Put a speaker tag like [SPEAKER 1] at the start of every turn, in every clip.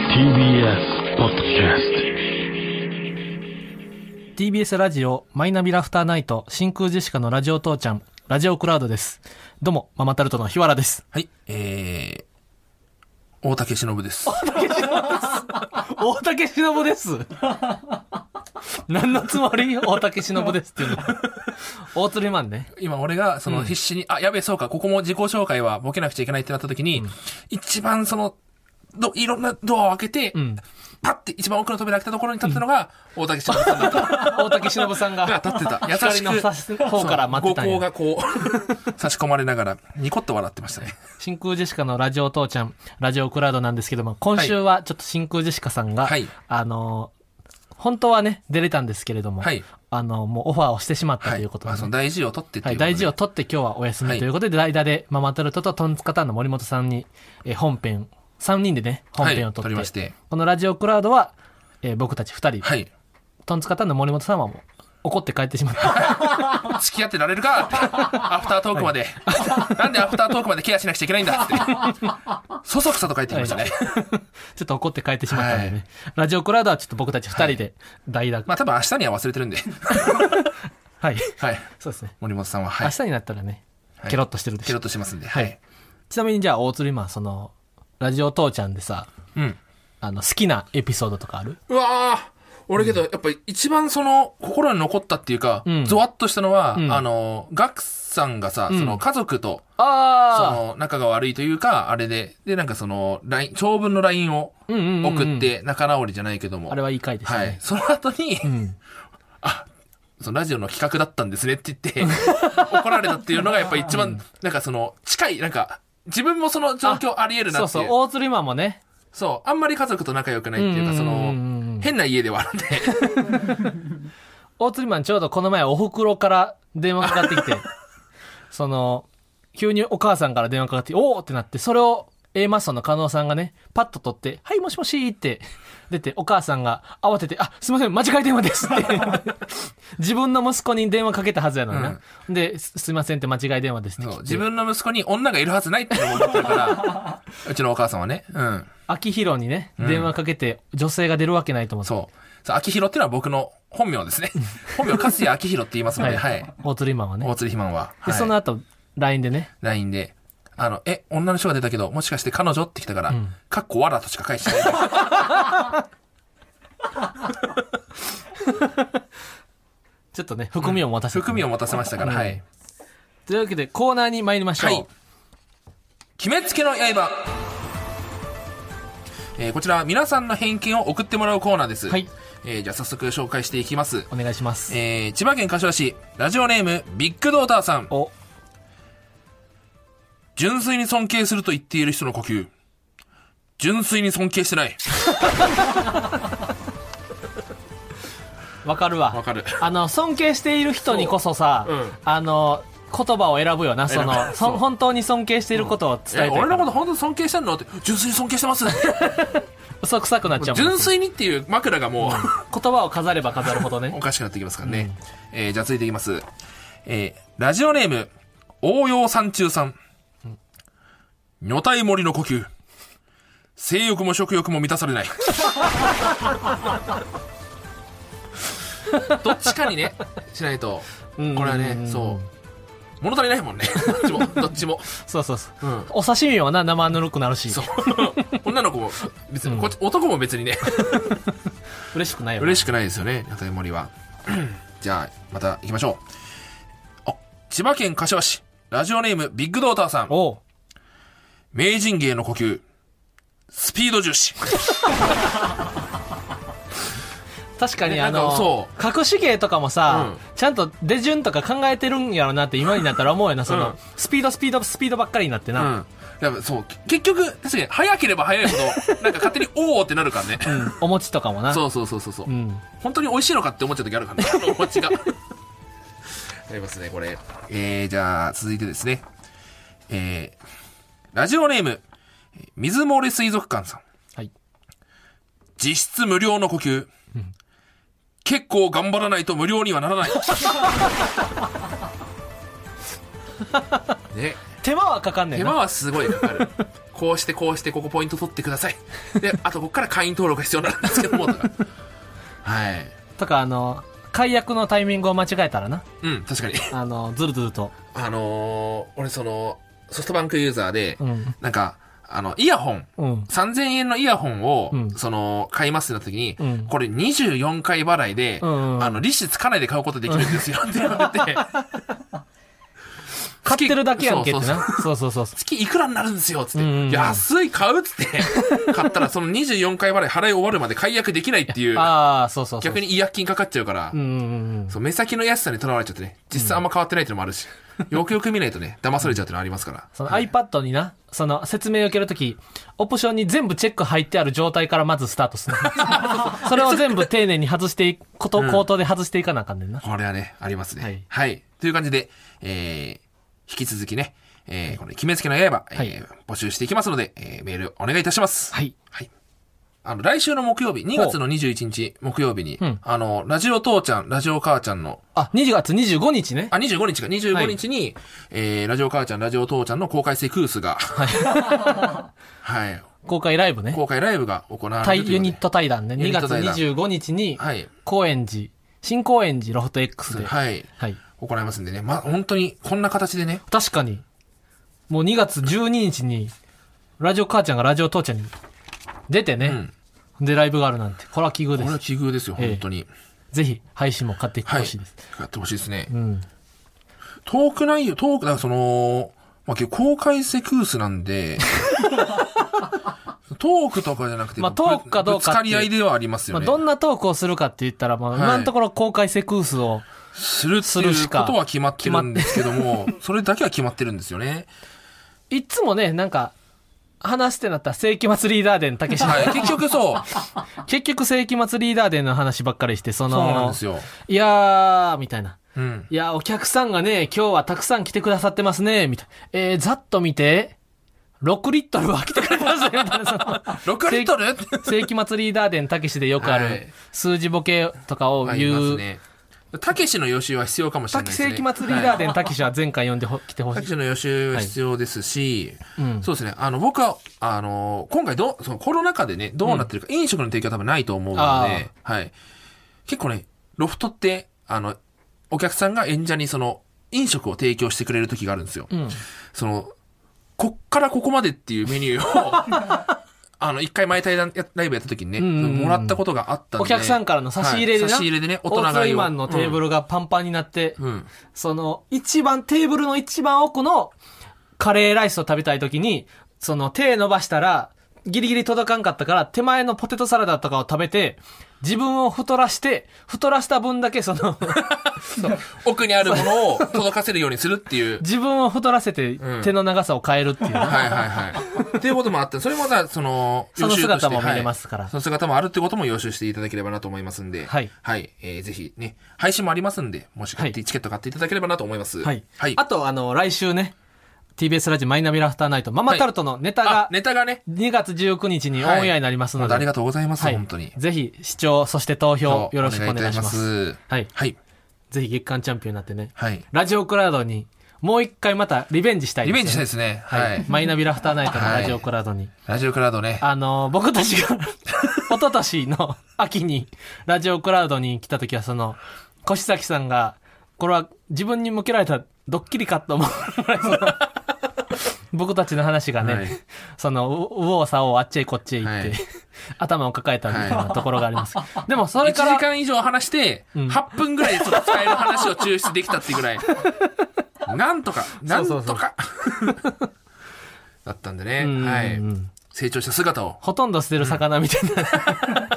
[SPEAKER 1] TBS ポッドキャス
[SPEAKER 2] TBS ラジオマイナビラフターナイト真空ジェシカのラジオ父ちゃんラジオクラウドですどうもママタルトの日原です
[SPEAKER 3] はい、えー、大竹しのぶです。
[SPEAKER 2] 大竹しのぶです何のつもり大竹しのぶですっていうの大釣りマンね
[SPEAKER 3] 今俺がその必死に、あ、やべえ、そうか、ここも自己紹介はボケなくちゃいけないってなった時に、一番その、ど、いろんなドアを開けて、
[SPEAKER 2] ん
[SPEAKER 3] パッて一番奥の扉開けたところに立ったのが、大竹しのぶさんだった。
[SPEAKER 2] 大竹しのぶさんが
[SPEAKER 3] が立ってた。優し
[SPEAKER 2] 光の差す
[SPEAKER 3] く、
[SPEAKER 2] 方から待ってたんや
[SPEAKER 3] そう五光がこう、 差し込まれながら、ニコッと笑ってましたね。
[SPEAKER 2] 真空ジェシカのラジオ父ちゃんラジオクラウドなんですけども今週はちょっと真空ジェシカさんが、
[SPEAKER 3] はい
[SPEAKER 2] あの本当はね出れたんですけれども、
[SPEAKER 3] はい
[SPEAKER 2] あのもうオファーをしてしまった
[SPEAKER 3] は
[SPEAKER 2] とい
[SPEAKER 3] い。
[SPEAKER 2] うこと
[SPEAKER 3] ま
[SPEAKER 2] で
[SPEAKER 3] あ、
[SPEAKER 2] ね
[SPEAKER 3] その大事を取ってって
[SPEAKER 2] はいい、
[SPEAKER 3] うことで
[SPEAKER 2] 大事を取って今日はお休
[SPEAKER 3] は
[SPEAKER 2] み
[SPEAKER 3] い
[SPEAKER 2] ということで、代打でママタルトとトンツカタンの森本さんに、えー本編、3人でね、本編を撮って、
[SPEAKER 3] はい撮りまして
[SPEAKER 2] このラジオクラウドは、えー僕たち2人、
[SPEAKER 3] はい。
[SPEAKER 2] トンツカタンの森本さんはもう怒って帰ってしまった。
[SPEAKER 3] 付き合ってられるかってアフタートークまで。なんでアフタートークまでケアしなくちゃいけないんだって。そそくさと帰ってきましたね。
[SPEAKER 2] ちょっと怒って帰ってしまったんでね。ラジオクラウドはちょっと僕たち2人で代打、はい、
[SPEAKER 3] まあ多分明日には忘れてるんで。はい。
[SPEAKER 2] そうですね。
[SPEAKER 3] 森本さんは、は
[SPEAKER 2] 明
[SPEAKER 3] い。
[SPEAKER 2] 日になったらね、
[SPEAKER 3] はい
[SPEAKER 2] ケロッとしてるでし
[SPEAKER 3] ケ
[SPEAKER 2] ょ。
[SPEAKER 3] ロッとしてますんで。はい。
[SPEAKER 2] ちなみにじゃあ、大鶴今、その、ラジオ父ちゃんでさ、
[SPEAKER 3] うん。
[SPEAKER 2] あの、好きなエピソードとかある
[SPEAKER 3] うわー俺けど、やっぱり一番その、心に残ったっていうか、
[SPEAKER 2] ん
[SPEAKER 3] ゾワッとしたのは、
[SPEAKER 2] ん
[SPEAKER 3] あの、ガクさんがさ、その家族と、そ
[SPEAKER 2] あ
[SPEAKER 3] の、仲が悪いというか、あれで、で、なんかその、ライン長文の LINE を
[SPEAKER 2] うんうんうんうん
[SPEAKER 3] 送って、仲直りじゃないけども。
[SPEAKER 2] あれはいい回でしたね。
[SPEAKER 3] はい。その後に、
[SPEAKER 2] ん
[SPEAKER 3] あ、そのラジオの企画だったんですねって 言って、怒られたっていうのがやっぱ一番、なんかその、近い、なんか、自分もその状況あり得るな
[SPEAKER 2] そう
[SPEAKER 3] って
[SPEAKER 2] そ
[SPEAKER 3] いうう。、そう
[SPEAKER 2] 大鶴今もね、
[SPEAKER 3] あんまり家族と仲良くないっていうか、そ
[SPEAKER 2] うんうんうんう
[SPEAKER 3] の
[SPEAKER 2] ん、
[SPEAKER 3] 変な家ではあるんで、
[SPEAKER 2] 大釣りマンちょうどこの前おふくろから電話かかって きて、その、急にお母さんから電話かかってきて、おおってなって、それを A マッソの加納さんがね、パッと取って、はい、もしもしーって出て、お母さんが慌てて、あ、すいません、間違い電話ですって。 自分の息子に電話かけたはずやのにな。で、すすいませんって間違い電話ですって
[SPEAKER 3] そう
[SPEAKER 2] 来
[SPEAKER 3] 自
[SPEAKER 2] て、
[SPEAKER 3] 分の息子に女がいるはずないっていうのも思ってる から、うちのお母さんはね、うん。
[SPEAKER 2] 秋広にね、電話かけて、女性が出るわけないと思って。
[SPEAKER 3] そう。そう、秋広っていうのは僕の本名 ですね。本名、粕谷秋広って言いますので、はい。
[SPEAKER 2] 大釣りマンはね。
[SPEAKER 3] 大鶴肥満は。
[SPEAKER 2] で、
[SPEAKER 3] はい
[SPEAKER 2] その後、LINE でね、
[SPEAKER 3] LINE で、あの、え、女の人が出たけど、もしかして彼女って来たから、かっこわらとしか返して ない。
[SPEAKER 2] ちょっとね、含みを持たせて、
[SPEAKER 3] 含みを持たせましたから、はい。
[SPEAKER 2] というわけで、コーナーに参りましょう。
[SPEAKER 3] はい。決めつけの刃。えーこちらは皆さんの偏見を送ってもらうコーナーです。
[SPEAKER 2] はい
[SPEAKER 3] えーじゃあ早速紹介していきます。
[SPEAKER 2] お願いします。
[SPEAKER 3] えー千葉県柏市、ラジオネーム、ビッグドーターさん。
[SPEAKER 2] お、
[SPEAKER 3] 純粋に尊敬すると言っている人の呼吸。純粋に尊敬してない。
[SPEAKER 2] わかるわ。
[SPEAKER 3] わかる。
[SPEAKER 2] あの、尊敬している人にこそさ、あの、言葉を選ぶよな、そ の、そ本当に尊敬していることを伝えた
[SPEAKER 3] え
[SPEAKER 2] いから
[SPEAKER 3] 俺のこと本当に尊敬してんのって、純粋に尊敬して ます。
[SPEAKER 2] 嘘くさくなっちゃうもん
[SPEAKER 3] 純粋にっていう枕がもう、
[SPEAKER 2] 言葉を飾れば飾るほ どね
[SPEAKER 3] お。かしくなってきますからね。えーじゃあ続いていきます。えーラジオネーム、応用三中さん。女体森の呼吸。性欲も食欲も満たさ れない。どっちかにね、しないと、こ
[SPEAKER 2] うん
[SPEAKER 3] れはね、そう。物足りないもんね。どっちも、どっちも。
[SPEAKER 2] そうそうそう。
[SPEAKER 3] うん
[SPEAKER 2] お刺身はな、生ぬるくなるし
[SPEAKER 3] そ、う。女の子も、別に、こっち男も別にね、
[SPEAKER 2] 嬉しくないよな。
[SPEAKER 3] 嬉しくないですよね、屋台 森は。じゃあ、また行きましょう。あ、千葉県柏市、ラジオネームビッグドーターさん。
[SPEAKER 2] おう
[SPEAKER 3] 名人芸の呼吸、スピード重視。
[SPEAKER 2] 確かに
[SPEAKER 3] ね
[SPEAKER 2] あ
[SPEAKER 3] なんか
[SPEAKER 2] の
[SPEAKER 3] そ、
[SPEAKER 2] 隠し芸とかもさ、
[SPEAKER 3] う
[SPEAKER 2] ちゃんと出順とか考えてるんやろなって今になったら思うよな、その、
[SPEAKER 3] うん
[SPEAKER 2] スピードスピードスピードばっかりになって
[SPEAKER 3] う
[SPEAKER 2] な。
[SPEAKER 3] ん。だからそう、結局、確かに、早ければ早い ほど、なんか勝手に、おーってなるからね。
[SPEAKER 2] うんお餅とかもな。
[SPEAKER 3] そうそうそうそうそう、
[SPEAKER 2] うん。
[SPEAKER 3] 本当に美味しいのかって思っちゃう時あるからね、 あのお餅が。ありますね、これ。えー、じゃあ、続いてですね。えー、ラジオネーム、えー水漏れ水族館さん。
[SPEAKER 2] はい。
[SPEAKER 3] 実質無料の呼吸。結構頑張らないと 無料にはならない。ね。
[SPEAKER 2] 手間はかかんねん
[SPEAKER 3] 手
[SPEAKER 2] な
[SPEAKER 3] 間はすごいかかる。こうしてこうしてここポイント取ってください。で、あとここから会員登録が必要なんですけども、とか。はい。
[SPEAKER 2] とかあの解約のタイミングを間違えたらな
[SPEAKER 3] うん、確かに。
[SPEAKER 2] あのずるずると
[SPEAKER 3] あのー、俺その、ソフトバンクユーザーで、
[SPEAKER 2] うん
[SPEAKER 3] なんか、あの、イヤホン、
[SPEAKER 2] うん
[SPEAKER 3] 3000円のイヤホンを、
[SPEAKER 2] うん
[SPEAKER 3] その、買いますってなった時に、
[SPEAKER 2] うん
[SPEAKER 3] これ24回払いで、
[SPEAKER 2] うんうん
[SPEAKER 3] あの、利子つかないで買うことできるんですよ って言われて、
[SPEAKER 2] 買ってるだけやんけって
[SPEAKER 3] そうそう
[SPEAKER 2] なそうそうそうそ
[SPEAKER 3] 月いくらになるんですよっつって、
[SPEAKER 2] うんうん
[SPEAKER 3] 安い買うっつって、買ったらその24回払い払い終わるまで解約できないっていうう、
[SPEAKER 2] ああそうそうそう
[SPEAKER 3] 逆に違約金かかっちゃうから、
[SPEAKER 2] うんうんうん
[SPEAKER 3] そう目先の安さにとらわれちゃってね、実際あんま変わってないっていうのも あるし、よくよく見ないとね、騙されちゃうっていうのありますから。
[SPEAKER 2] その iPad にな、その説明を受けるとき、オプションに全部チェック入ってある状態からまずスタート する。それを全部丁寧に外していくこと、口頭で外していかなあかんねんな。
[SPEAKER 3] これはね、ありますね。
[SPEAKER 2] は
[SPEAKER 3] はいい。という感じで、えー、引き続きね、えー、この決めつけの刃、えー
[SPEAKER 2] はい
[SPEAKER 3] 募集していきますので、えー、メールお願いいたします。
[SPEAKER 2] はい。
[SPEAKER 3] はい。あの、来週の木曜日、2月の21日木曜日に、
[SPEAKER 2] うん
[SPEAKER 3] あの、ラジオ父ちゃん、ラジオ母ちゃんの、
[SPEAKER 2] あ、2月25日ね。
[SPEAKER 3] あ、25日か、25日に、えー、ラジオ母ちゃん、ラジオ父ちゃんの公開生クース が、はい、
[SPEAKER 2] 公開ライブね。
[SPEAKER 3] 公開ライブが行われ
[SPEAKER 2] 対
[SPEAKER 3] るとい
[SPEAKER 2] ユ
[SPEAKER 3] う
[SPEAKER 2] ニッ
[SPEAKER 3] こ
[SPEAKER 2] ト
[SPEAKER 3] と
[SPEAKER 2] 対談ね。
[SPEAKER 3] ユ
[SPEAKER 2] 2
[SPEAKER 3] ニット
[SPEAKER 2] 月
[SPEAKER 3] 対談
[SPEAKER 2] 25日に
[SPEAKER 3] で。、はい。
[SPEAKER 2] 高円寺、新高円寺ロフト X で。はい。
[SPEAKER 3] はい。行いますんでね。ま、本当に、こんな形でね、
[SPEAKER 2] 確かに、もう2月12日に、ラジオ母ちゃんがラジオ父ちゃんに出てね。で、ライブがあるなんて。これは奇遇
[SPEAKER 3] こ
[SPEAKER 2] で
[SPEAKER 3] れは
[SPEAKER 2] す。
[SPEAKER 3] 奇遇ですよ、本当に。
[SPEAKER 2] ぜひ、配信も買っていって
[SPEAKER 3] はい。
[SPEAKER 2] ほしいです。
[SPEAKER 3] やってほしいですね。
[SPEAKER 2] うん。
[SPEAKER 3] トーク内容、トーク、だからその、まあ、結構公開セクースな んで、トークとかじゃなくて、
[SPEAKER 2] まあトークかどうかって
[SPEAKER 3] ぶつかり合いではあります
[SPEAKER 2] ま
[SPEAKER 3] よ
[SPEAKER 2] あ、
[SPEAKER 3] ね。
[SPEAKER 2] どんなトークをするかって言ったら、まあ、
[SPEAKER 3] はい
[SPEAKER 2] 今のところ公開セクースを、
[SPEAKER 3] するって
[SPEAKER 2] する
[SPEAKER 3] い
[SPEAKER 2] し
[SPEAKER 3] う
[SPEAKER 2] か
[SPEAKER 3] ことは決まってるんですけども、それだけは決まってるんです よね。
[SPEAKER 2] いつもね、なんか、話してなったら世紀末リーダー伝たけし
[SPEAKER 3] はい。結局そう。
[SPEAKER 2] 結局世紀末リーダー伝の話ばっかりして、そ
[SPEAKER 3] そうなん
[SPEAKER 2] の
[SPEAKER 3] で、すよ。
[SPEAKER 2] いやー、みたいな。
[SPEAKER 3] うん。
[SPEAKER 2] いやー、お客さんがね、今日はたくさん来てくださってますね、みたいな。えー、ざっと見て、6リットルは来てくれましたよ、みたいな。 その
[SPEAKER 3] 6リットル
[SPEAKER 2] 世紀末リーダー伝たけしでよくあ
[SPEAKER 3] は
[SPEAKER 2] る
[SPEAKER 3] い
[SPEAKER 2] 数字ボケとかを
[SPEAKER 3] ありま
[SPEAKER 2] 言
[SPEAKER 3] す
[SPEAKER 2] う。
[SPEAKER 3] ね。たけしの予習は必要かもしれ
[SPEAKER 2] さっ
[SPEAKER 3] ない
[SPEAKER 2] き
[SPEAKER 3] です
[SPEAKER 2] 世
[SPEAKER 3] ね。
[SPEAKER 2] 紀末リーダー
[SPEAKER 3] で。
[SPEAKER 2] 伝たけしは前回読んでほ来てほ
[SPEAKER 3] た
[SPEAKER 2] し
[SPEAKER 3] け
[SPEAKER 2] い。
[SPEAKER 3] しの予習は必要ですし、
[SPEAKER 2] うん。
[SPEAKER 3] そうですね。あの、僕は、あの、今回どう、そのコロナ禍でね、どうなってるか、飲食の提供は多分ないと思うの
[SPEAKER 2] あ
[SPEAKER 3] で、はい。結構ね、ロフトって、あの、お客さんが演者にその、飲食を提供してくれる時があるんですよ。
[SPEAKER 2] うん。
[SPEAKER 3] その、こっからここまでっていうメニ ューを、あの、一回前対談やライブやった時にね、
[SPEAKER 2] うんうんうん
[SPEAKER 3] もらったことがあったんで。
[SPEAKER 2] お客さんからの差し入れでな、
[SPEAKER 3] はい差し入れでね、大人
[SPEAKER 2] 大
[SPEAKER 3] が
[SPEAKER 2] 津マンのテーブ
[SPEAKER 3] ル。
[SPEAKER 2] ルがパンパンになって、
[SPEAKER 3] うん。うん
[SPEAKER 2] その、一番、テーブルの一番奥のカレーライスを食べたい時に、その手伸ばしたら、ギリギリ届かんかったから、手前のポテトサラダとかを食べて、自分を太らして、太らした分だけそ の、
[SPEAKER 3] 奥にあるものを届かせるようにするっていう。
[SPEAKER 2] 自分を太らせて
[SPEAKER 3] うん
[SPEAKER 2] 手の長さを変えるっていうな、
[SPEAKER 3] はいはいはい。っていうこともあって、それもさ、その、
[SPEAKER 2] その
[SPEAKER 3] 予習として
[SPEAKER 2] 姿も見れますから
[SPEAKER 3] はいその姿もあるってことも予習していただければなと思いますんで。
[SPEAKER 2] はい
[SPEAKER 3] えーぜひね、配信もありますんで、もし買って、
[SPEAKER 2] はい
[SPEAKER 3] チケット買っていただければなと思います。
[SPEAKER 2] はい。
[SPEAKER 3] はい。
[SPEAKER 2] あと、あの、来週ね、TBS ラジオマイナビラフターナイト、ママタルトのネタ
[SPEAKER 3] あ
[SPEAKER 2] が、
[SPEAKER 3] ネタがね、
[SPEAKER 2] 2月19日にオンエアになりますの
[SPEAKER 3] 本
[SPEAKER 2] で、
[SPEAKER 3] 当ありがとうございます、
[SPEAKER 2] はい
[SPEAKER 3] 本当に。
[SPEAKER 2] ぜひ視聴、そして投票
[SPEAKER 3] そう
[SPEAKER 2] よろしくお願いします。
[SPEAKER 3] す
[SPEAKER 2] はい。
[SPEAKER 3] はい。
[SPEAKER 2] ぜひ月間チャンピオンになってね。
[SPEAKER 3] はい。
[SPEAKER 2] ラジオクラウドに、もう一回またリベンジしたい
[SPEAKER 3] リ
[SPEAKER 2] です、
[SPEAKER 3] ベンジしたいですね。
[SPEAKER 2] は
[SPEAKER 3] はいい。。
[SPEAKER 2] マイナビラフターナイトのラジオクラウドに。
[SPEAKER 3] ラジオクラウドね。
[SPEAKER 2] あのー 僕たちが、一昨年の秋に、ラジオクラウドに来た時は、その、越崎さんが、これは自分に向けられたドッキリかと思うぐら いその僕たちの話がね、
[SPEAKER 3] はい
[SPEAKER 2] その、う右往左往あっちへこっちへ行って、
[SPEAKER 3] はい
[SPEAKER 2] 頭を抱えたみたいなところがあり ます。でもそれ
[SPEAKER 3] 1
[SPEAKER 2] から
[SPEAKER 3] 時、間以上話して、
[SPEAKER 2] ん
[SPEAKER 3] 8分ぐらいでちょっと使える話を抽出できたっていうぐ らい。なんとか、なん
[SPEAKER 2] そうそ
[SPEAKER 3] と
[SPEAKER 2] う
[SPEAKER 3] か。だったんでね。
[SPEAKER 2] うん
[SPEAKER 3] は
[SPEAKER 2] う
[SPEAKER 3] い。
[SPEAKER 2] ん
[SPEAKER 3] 成長した姿を、
[SPEAKER 2] ほとんど捨てる魚みたいな。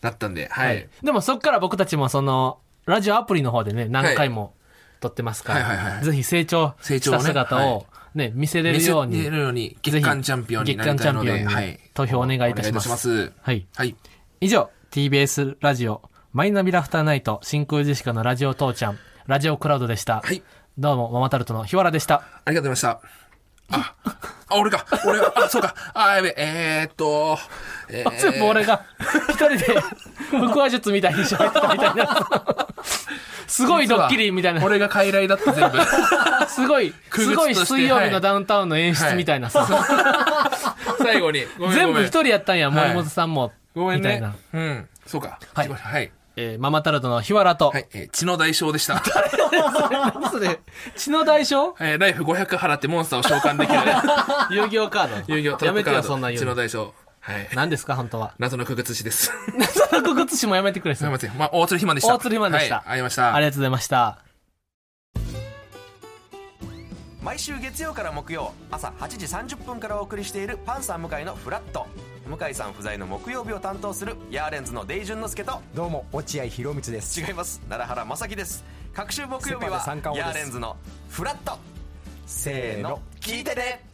[SPEAKER 3] だったんで、はい。
[SPEAKER 2] でもそっから僕たちもその、ラジオアプリの方でね、何回も撮ってますから、
[SPEAKER 3] はいはいはいはい
[SPEAKER 2] ぜひ成長
[SPEAKER 3] 成
[SPEAKER 2] し
[SPEAKER 3] 長
[SPEAKER 2] た
[SPEAKER 3] をね
[SPEAKER 2] 姿をね、見せれるよう
[SPEAKER 3] 見せ
[SPEAKER 2] に
[SPEAKER 3] れ、るように、月間チャンピオンになりたいの
[SPEAKER 2] 月間チ
[SPEAKER 3] で、
[SPEAKER 2] ャンピオンに
[SPEAKER 3] はい。
[SPEAKER 2] 投票お願いいたします
[SPEAKER 3] お願いいたしま
[SPEAKER 2] はい。
[SPEAKER 3] すはい。
[SPEAKER 2] 以上、TBS ラジオ、マイナビラフターナイト、真空ジェシカのラジオ父ちゃん、ラジオクラウドでした。
[SPEAKER 3] はい。
[SPEAKER 2] どうも、ママタルトの日原でした。
[SPEAKER 3] ありがとうございました。あ、あ、俺か。俺が、あ、そうか。あ、やべえ、えーっと、え ー
[SPEAKER 2] 全部俺が一人で 腹話術みたいに喋ってたみたい な。すごいドッキリみたいな。
[SPEAKER 3] 俺が傀儡だった全 部。
[SPEAKER 2] すごい、
[SPEAKER 3] 空
[SPEAKER 2] す
[SPEAKER 3] 物
[SPEAKER 2] ご
[SPEAKER 3] として
[SPEAKER 2] い水曜日のダウンタウンの演出みたいなさ。
[SPEAKER 3] 最後に。ごめん
[SPEAKER 2] 全
[SPEAKER 3] ご
[SPEAKER 2] 部
[SPEAKER 3] め
[SPEAKER 2] 一
[SPEAKER 3] ん
[SPEAKER 2] 人やったんや、
[SPEAKER 3] はい
[SPEAKER 2] 森本さんも。
[SPEAKER 3] ごめん
[SPEAKER 2] みたい
[SPEAKER 3] ね
[SPEAKER 2] な。。
[SPEAKER 3] うん。そうか。
[SPEAKER 2] はい
[SPEAKER 3] はい。
[SPEAKER 2] えーママタルトの日原と。
[SPEAKER 3] はい。えー血の代償でした。
[SPEAKER 2] それ血の代 償
[SPEAKER 3] えーライフ500払ってモンスターを召喚 できる。
[SPEAKER 2] 遊戯王カード。
[SPEAKER 3] 遊戯王ト
[SPEAKER 2] や
[SPEAKER 3] ラッ
[SPEAKER 2] めて
[SPEAKER 3] プカ
[SPEAKER 2] よ、
[SPEAKER 3] ー
[SPEAKER 2] そんな
[SPEAKER 3] ド。
[SPEAKER 2] 遊
[SPEAKER 3] 血の
[SPEAKER 2] 戯。
[SPEAKER 3] 代償。はい。
[SPEAKER 2] 何ですか、本当は。
[SPEAKER 3] 謎の苦靴師です。
[SPEAKER 2] その告知師もやめてくれ。
[SPEAKER 3] す
[SPEAKER 2] そ
[SPEAKER 3] み
[SPEAKER 2] れ
[SPEAKER 3] ません。まあ、大鶴ひまでした。
[SPEAKER 2] 大鶴肥満でした
[SPEAKER 3] はい、会いました。
[SPEAKER 2] ありがとうございました。
[SPEAKER 4] 毎週月曜から木曜朝8時30分からお送りしている「パンサー向井のフラット」向井さん不在の木曜日を担当するヤーレンズのデイジュンの之介と
[SPEAKER 5] どうも落合博満です
[SPEAKER 4] 違います奈良原正樹です各週木曜日は
[SPEAKER 5] セパで三冠王
[SPEAKER 4] ヤー
[SPEAKER 5] です
[SPEAKER 4] レンズの「フラット」せ
[SPEAKER 5] せ
[SPEAKER 4] ー
[SPEAKER 5] ーの
[SPEAKER 4] の聞いてて、ね